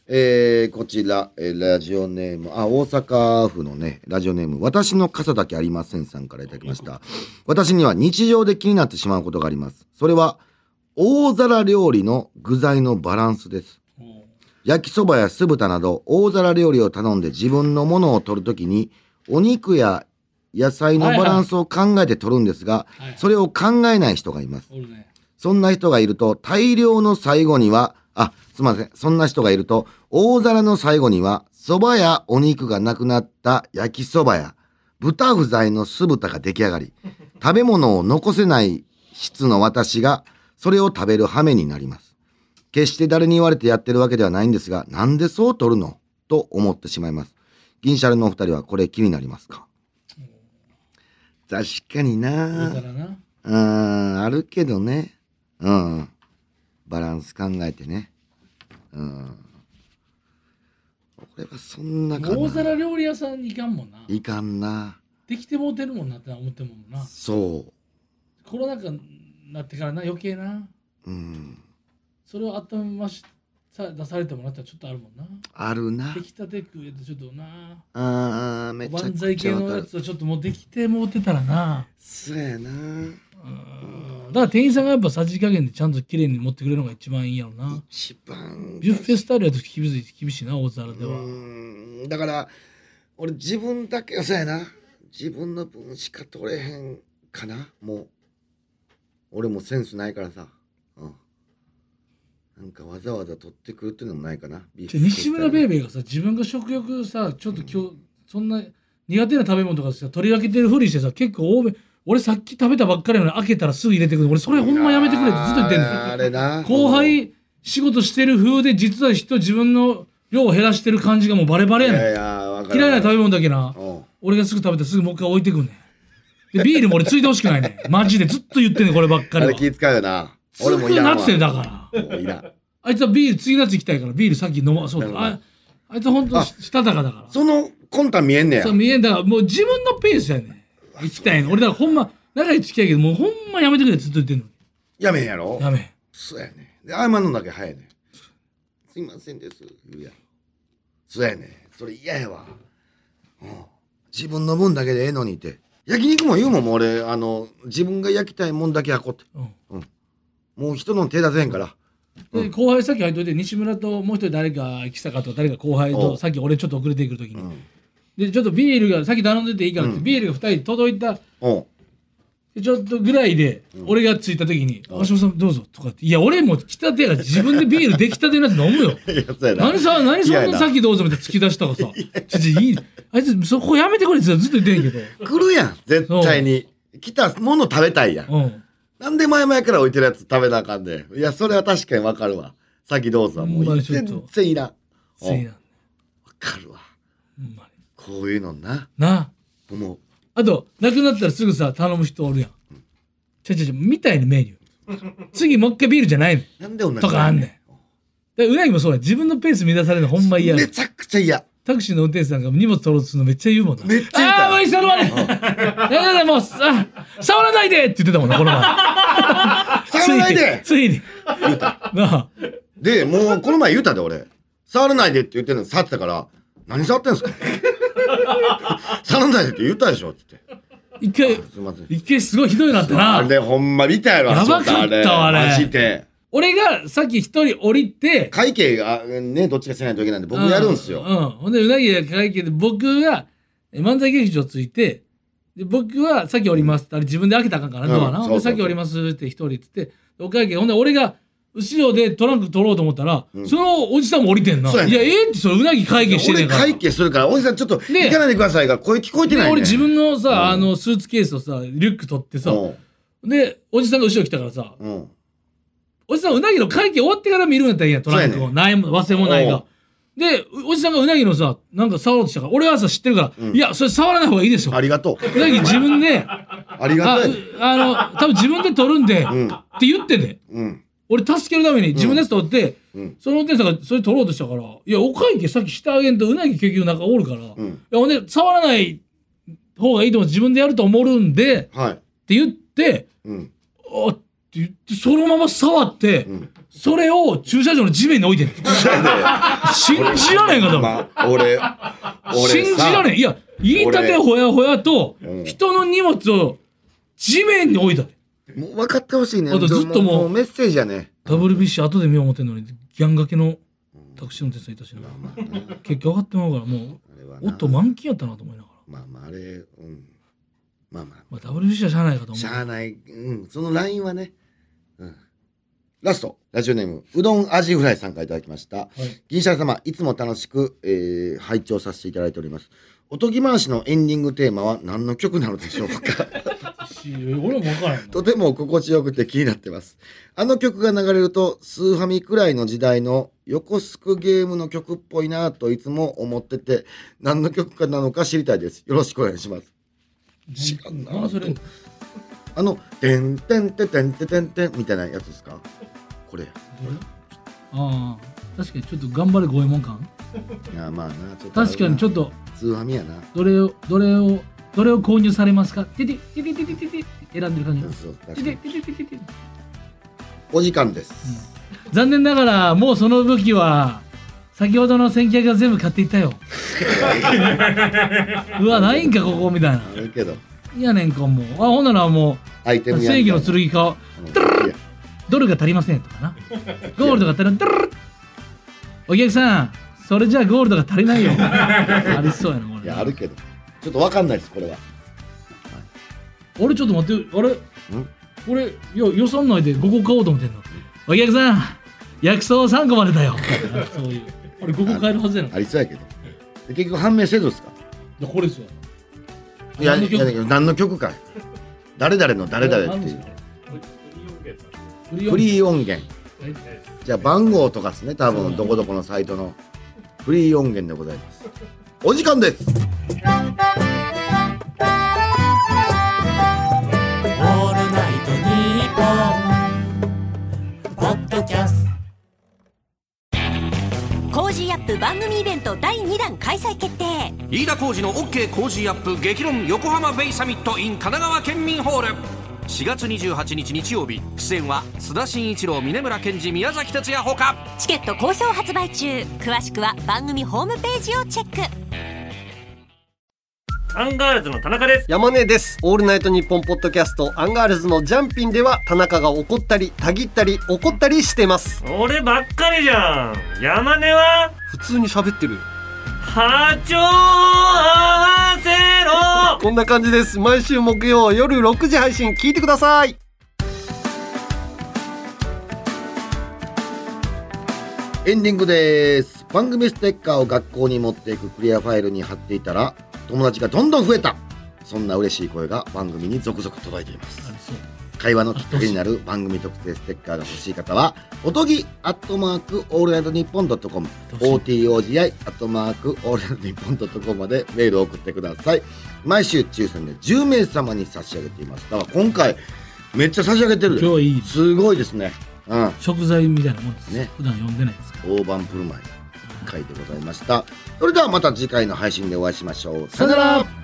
[SPEAKER 2] えーこちら、えーラジオネーム、あ、大阪府のね、ラジオネーム、私の傘だけありませんさんからいただきました。私には日常で気になってしまうことがあります。それは、大皿料理の具材のバランスです。
[SPEAKER 3] おう
[SPEAKER 2] 焼きそばや酢豚など、大皿料理を頼んで自分のものを取るときに、お肉や野菜のバランスを考えて取るんですが、
[SPEAKER 3] はいはい
[SPEAKER 2] それを考えない人がいます。
[SPEAKER 3] おるね
[SPEAKER 2] そんな人がいると、大量の最後には、あ、すみません。そんな人がいると、大皿の最後には、蕎麦やお肉がなくなった焼きそばや、豚不在の酢豚が出来上がり、食べ物を残せない質の私が、それを食べる羽目になります。決して誰に言われてやってるわけではないんですが、なんでそう取るのと思ってしまいます。銀シャルのお二人はこれ気になりますか確かにな
[SPEAKER 3] 大皿な
[SPEAKER 2] うーん、あるけどね。うん。バランス考えてね。うん。俺はそんなか
[SPEAKER 3] 大
[SPEAKER 2] な。
[SPEAKER 3] 皿料理屋さんに行かんもんない
[SPEAKER 2] かんな。
[SPEAKER 3] できてもうてるもんなって思ってんもんな
[SPEAKER 2] そ
[SPEAKER 3] コロナ禍になってからな余計な
[SPEAKER 2] う。うん。
[SPEAKER 3] それを温めましさ出されてもらったらちょっとあるもんな
[SPEAKER 2] あるな
[SPEAKER 3] 出。来たて食えてちょっとな
[SPEAKER 2] あー、めちゃ
[SPEAKER 3] 万
[SPEAKER 2] く
[SPEAKER 3] 歳
[SPEAKER 2] ち
[SPEAKER 3] 系
[SPEAKER 2] ゃわ
[SPEAKER 3] の
[SPEAKER 2] か
[SPEAKER 3] や
[SPEAKER 2] る。
[SPEAKER 3] つはちょっともうできてもうてたらな
[SPEAKER 2] そうやな。
[SPEAKER 3] だから店員さんがやっぱさじ加減でちゃんと綺麗に持ってくれるのが一番いいやろな
[SPEAKER 2] 一番。
[SPEAKER 3] ビュッフェスタイルやと厳しい厳しいな大皿で
[SPEAKER 2] う
[SPEAKER 3] は
[SPEAKER 2] ん。だから、俺自分だけ、そうやな。自分の分しか取れへんかな。もう。俺もセンスないからさ。うん。なんかわざわざ取ってくるっていうのもないかな。ビー
[SPEAKER 3] ち
[SPEAKER 2] フ
[SPEAKER 3] ょ西村ベイ
[SPEAKER 2] ビ
[SPEAKER 3] ベーがさ自分が食欲さちょっと今日そんな苦手な食べ物とかさ取り分けてるふりしてさ結構多め俺さっき食べたばっかりなのに開けたらすぐ入れてくる俺それほんまやめてくれってずっと言ってんの
[SPEAKER 2] あれな。
[SPEAKER 3] 後輩仕事してる風で実は人自分の量を減らしてる感じがもうバレバ
[SPEAKER 2] い
[SPEAKER 3] レや
[SPEAKER 2] や
[SPEAKER 3] ね
[SPEAKER 2] いや、わ
[SPEAKER 3] ん
[SPEAKER 2] かる。
[SPEAKER 3] 嫌いな食べ物だけな
[SPEAKER 2] うん。
[SPEAKER 3] 俺がすぐ食べてすぐもう一回置いてくんねんでビールも俺ついてほしくないねんマジでずっと言ってんねんこればっか
[SPEAKER 2] あ
[SPEAKER 3] りは
[SPEAKER 2] れ気遣うよな。俺もい
[SPEAKER 3] すぐ
[SPEAKER 2] らんわ。
[SPEAKER 3] 夏でだから
[SPEAKER 2] もういらん。
[SPEAKER 3] あいつはビール次のやつ行きたいからビールさっき飲まそうだ
[SPEAKER 2] なるほど
[SPEAKER 3] ああいつほんと
[SPEAKER 2] あ
[SPEAKER 3] したたかだから
[SPEAKER 2] その魂胆見えんねや
[SPEAKER 3] そう。見えんだからもう自分のペースやねん行きたいの俺だからほんま長い付き合いやけどもうほんまやめてくれずっと言ってんの
[SPEAKER 2] やめへんやろ
[SPEAKER 3] にやめん
[SPEAKER 2] そうやね。で、謝るのだけ早いね。すいませんです。言うやろ。そうやね。それ嫌やわ。うん。自分の分だけでええのにって。焼肉も言うもん、もう俺、あの、自分が焼きたいもんだけ焼こうって。
[SPEAKER 3] うん
[SPEAKER 2] もう人の手出せへんから。
[SPEAKER 3] で後輩先入っといて西村ともう一人誰か来たかと誰か後輩
[SPEAKER 2] お
[SPEAKER 3] と
[SPEAKER 2] う
[SPEAKER 3] さっき俺ちょっと遅れてくるとき
[SPEAKER 2] う
[SPEAKER 3] に、
[SPEAKER 2] ん。
[SPEAKER 3] でちょっとビールが先頼んでていいからって、
[SPEAKER 2] うん
[SPEAKER 3] ビールが2人届いた
[SPEAKER 2] おう
[SPEAKER 3] ちょっとぐらいで、
[SPEAKER 2] うん
[SPEAKER 3] 俺が着いた時に「
[SPEAKER 2] うん
[SPEAKER 3] 橋本さんどうぞ」とかって「いや俺もう来たてやから自分でビールできたてのやつ飲むよ
[SPEAKER 2] いや、そうやな。
[SPEAKER 3] 何さ何そ
[SPEAKER 2] 嫌や
[SPEAKER 3] ん
[SPEAKER 2] な
[SPEAKER 3] な先どうぞ」みたいな突き出した からさ「ちょちょいいあいつそこやめてくれ」ってずっと言ってんやけ
[SPEAKER 2] 来るやん、絶対に。来たもの食べたいやん。
[SPEAKER 3] ど、うん、
[SPEAKER 2] なんで前々から置いてるやつ食べなあかんで。いや、それは確かにわかるわ。先どうぞはも
[SPEAKER 3] ほんま
[SPEAKER 2] う
[SPEAKER 3] にちょっ
[SPEAKER 2] 全
[SPEAKER 3] と
[SPEAKER 2] 然いらん。
[SPEAKER 3] せいや
[SPEAKER 2] わかるわ。
[SPEAKER 3] ほんまに
[SPEAKER 2] こういうのな。
[SPEAKER 3] なあ
[SPEAKER 2] 思う。
[SPEAKER 3] あと、なくなったらすぐさ、頼む人おるやん。ちょちょちょ、みたいなメニ ュー。次、もう一回ビールじゃないの。
[SPEAKER 2] なんで同じ
[SPEAKER 3] とかあんねんでうなぎもそうや。自分のペース乱されるのほんま嫌や
[SPEAKER 2] め。ちゃくちゃ嫌。
[SPEAKER 3] タクシーの運転手さんが荷物取ろうとするのめっちゃ言うもんな。
[SPEAKER 2] めっちゃ言うた
[SPEAKER 3] ああー、もういいっすよ、あれ。やだやだ、もう、さ、触らないでって言ってたもんな、この前。
[SPEAKER 2] 触らないで
[SPEAKER 3] ついに。ついになあ。
[SPEAKER 2] で、もうこの前言うたで俺。触らないでって言ってんのに触ってたから、何触ってんすか 触らないでって言ったでしょって言って。
[SPEAKER 3] 一回、
[SPEAKER 2] すいません。
[SPEAKER 3] 一回すごいひどいのあった
[SPEAKER 2] あ
[SPEAKER 3] な。
[SPEAKER 2] れほんま見たやろ、
[SPEAKER 3] やばかった
[SPEAKER 2] 橋本
[SPEAKER 3] あれ
[SPEAKER 2] マジで。
[SPEAKER 3] 俺がさっき一人降りて、
[SPEAKER 2] 会計がね、どっちかしないといけないんで、僕やるんす
[SPEAKER 3] う
[SPEAKER 2] よ。
[SPEAKER 3] ん。ほんで、うなぎが会計で、僕がえ漫才劇場ついて、で、僕は先おりますって、あれ自分で開けたらあかんから
[SPEAKER 2] うん
[SPEAKER 3] ドアな。
[SPEAKER 2] そう
[SPEAKER 3] ほ
[SPEAKER 2] そ
[SPEAKER 3] ん
[SPEAKER 2] う
[SPEAKER 3] で、
[SPEAKER 2] そう
[SPEAKER 3] 先おりますって一人言って、お会計、ほんで、俺が、後ろでトランク取ろうと思ったら、
[SPEAKER 2] うん
[SPEAKER 3] そのおじさんも降りてんな。
[SPEAKER 2] そうや
[SPEAKER 3] い
[SPEAKER 2] ね
[SPEAKER 3] や、ええって、それうなぎ会計してんね
[SPEAKER 2] 俺
[SPEAKER 3] んから。
[SPEAKER 2] 会計するから、おじさんちょっと
[SPEAKER 3] ね
[SPEAKER 2] 行かないでくださいが、声聞こえて
[SPEAKER 3] で、
[SPEAKER 2] ないね。
[SPEAKER 3] 俺自分のさ、
[SPEAKER 2] うん
[SPEAKER 3] あの、スーツケースをさ、リュック取ってさ、
[SPEAKER 2] うん
[SPEAKER 3] で、おじさんが後ろ来たからさ、
[SPEAKER 2] うん。
[SPEAKER 3] おじさんうなぎの会計終わってから見るんやったらいいやんトランク
[SPEAKER 2] そうや
[SPEAKER 3] を。ないも、忘れもないが。で、おじさんがうなぎのさ、なんか触ろうとしたから、俺はさ、知ってるから、
[SPEAKER 2] うん
[SPEAKER 3] いや、それ触らない方がいいですよ
[SPEAKER 2] あ。りがとう。
[SPEAKER 3] うなぎ自分で、あ
[SPEAKER 2] ありが
[SPEAKER 3] あ
[SPEAKER 2] とう。
[SPEAKER 3] の、多分自分で取るんで、
[SPEAKER 2] う
[SPEAKER 3] っ
[SPEAKER 2] ん。
[SPEAKER 3] て言ってね。
[SPEAKER 2] うん。
[SPEAKER 3] 俺助けるために自分のやつ取って、
[SPEAKER 2] うん。
[SPEAKER 3] その運転手さんがそれ取ろうとしたから、いや、お会計さっきしてあげんと、うなぎ結局中おるから、い
[SPEAKER 2] うん。
[SPEAKER 3] や、ほんで、触らない方がいいと思う自分でやると思うんで、って
[SPEAKER 2] はい。
[SPEAKER 3] 言って、
[SPEAKER 2] うん。
[SPEAKER 3] あって言って、そのまま触って、
[SPEAKER 2] うん。
[SPEAKER 3] それを駐車場の地面に置いてんの
[SPEAKER 2] そやで
[SPEAKER 3] 信じられんかと思う。
[SPEAKER 2] まあ、俺、俺
[SPEAKER 3] 信じられ
[SPEAKER 2] ん。
[SPEAKER 3] ん。いや、言いたてほやほやと
[SPEAKER 2] う、ん
[SPEAKER 3] 人の荷物を地面に置いたで。
[SPEAKER 2] もう分かってほしいね。
[SPEAKER 3] あとずっともう
[SPEAKER 2] うメッセージやね。
[SPEAKER 3] WBC 後で見よう思ってんのにギャン掛けのタクシー運転手さんいたしな
[SPEAKER 2] まあな
[SPEAKER 3] 結果分かってまうからも
[SPEAKER 2] あれは
[SPEAKER 3] う
[SPEAKER 2] な
[SPEAKER 3] 音満勤やったなと思いながら、
[SPEAKER 2] まあまあ、あれ、うん。まあま
[SPEAKER 3] まあ、WBC はしゃあないかと
[SPEAKER 2] あ、
[SPEAKER 3] 思
[SPEAKER 2] し
[SPEAKER 3] う
[SPEAKER 2] ゃあない。うん。そのラインはね。うん。ラスト、ラジオネーム、うどんアジフライさんからいただきました。
[SPEAKER 3] はい
[SPEAKER 2] 銀シャリ様、いつも楽しく、えー拝聴させていただいております。おとぎ回しのエンディングテーマは何の曲なのでしょうか
[SPEAKER 3] し俺も分からへん
[SPEAKER 2] とても心地よくて気になってます。あの曲が流れると、スーファミくらいの時代の横すくゲームの曲っぽいなぁといつも思ってて、何の曲かなのか知りたいです。よろしくお願いします。知らんなぁ
[SPEAKER 3] なんでそれ
[SPEAKER 2] あの、てんてんてんてんてんてんてんみたいなやつですかこれ。い
[SPEAKER 3] ああ確かにちょっと頑張れ五右衛門感
[SPEAKER 2] や、まあな、ちょっとあるな。
[SPEAKER 3] 確かにちょっと
[SPEAKER 2] スーファミやな。
[SPEAKER 3] どれをどれをどれを購入されますかてててててててて選んでる感
[SPEAKER 2] そう
[SPEAKER 3] じ
[SPEAKER 2] そう確か
[SPEAKER 3] て
[SPEAKER 2] に
[SPEAKER 3] てててててて
[SPEAKER 2] お時間です。
[SPEAKER 3] 残念ながらもうその武器は先ほどの先客が全部買っていっ たようわないんかここみたいな
[SPEAKER 2] あるけど、
[SPEAKER 3] いやねんかもうあほんならも
[SPEAKER 2] アイテ
[SPEAKER 3] う
[SPEAKER 2] ムや
[SPEAKER 3] 正
[SPEAKER 2] み
[SPEAKER 3] 義
[SPEAKER 2] たい
[SPEAKER 3] の
[SPEAKER 2] な
[SPEAKER 3] 剣か
[SPEAKER 2] うんいや
[SPEAKER 3] ドルが足りませんとかなゴールドが足りないドルルお客さんそれじゃあゴールドが足りな いよありそうやなこ
[SPEAKER 2] い
[SPEAKER 3] れ
[SPEAKER 2] や、あるけど。ちょっとわかんないです、これは。
[SPEAKER 3] 俺ちょっと待ってあれ俺いや予算内で5個買おうと思ってんのお客さん薬草3個までだよなんかそういう俺5個買えるはずやな
[SPEAKER 2] ありそうやけど。で結局判明せずですか
[SPEAKER 3] でこれですわ
[SPEAKER 2] いや、
[SPEAKER 3] 何
[SPEAKER 2] い
[SPEAKER 3] の曲
[SPEAKER 2] やだけど何の曲か。誰々の誰々っていう。
[SPEAKER 3] フリー
[SPEAKER 2] フ
[SPEAKER 3] 音源
[SPEAKER 2] リー音源。じゃあ番号とかですね、多分どこどこのサイトのフリー音源でございます。お時間です。
[SPEAKER 4] オールナイトニッポン」ポッドキャスト
[SPEAKER 5] コージーアップ番組イベント第2弾開催決定
[SPEAKER 6] 飯田浩二の OK 工事アップ激論横浜ベイサミット in 神奈川県民ホール4月28日日曜日出演は須田慎一郎峯村健二宮崎哲也ほか
[SPEAKER 5] チケット好評発売中詳しくは番組ホームページをチェック
[SPEAKER 7] アンガールズの田中です
[SPEAKER 8] 山根です。オールナイトニッポンポッドキャストアンガールズのジャンピンでは田中が怒ったり、たぎったり、怒ったりしてます。
[SPEAKER 7] 俺ばっかりじゃん山根は
[SPEAKER 8] 普通に喋ってる。
[SPEAKER 7] 波長合わせろ
[SPEAKER 8] こんな感じです。毎週木曜夜6時配信聞いてください。
[SPEAKER 2] エンディングです。番組ステッカーを学校に持っていくクリアファイルに貼っていたら、友達がどんどん増えた。そんな嬉しい声が番組に続々届いています。会話のきっかけになる番組特製ステッカーが欲しい方は、おとぎアットマークオールナイトニッポンドットコム、OTOGI アットマークオールナイトニッポンドットコムまでメールを送ってください。毎週抽選で10名様に差し上げています。だから今回、めっちゃ差し上げてる
[SPEAKER 3] 今日
[SPEAKER 2] で。
[SPEAKER 3] はいい
[SPEAKER 2] すごいですね。うん。
[SPEAKER 3] 食材みたいなもんです、
[SPEAKER 2] ね
[SPEAKER 3] 普段読んでないですか
[SPEAKER 2] 大盤振る舞い回でございましたそれではまた次回の配信でお会いしましょうさよなら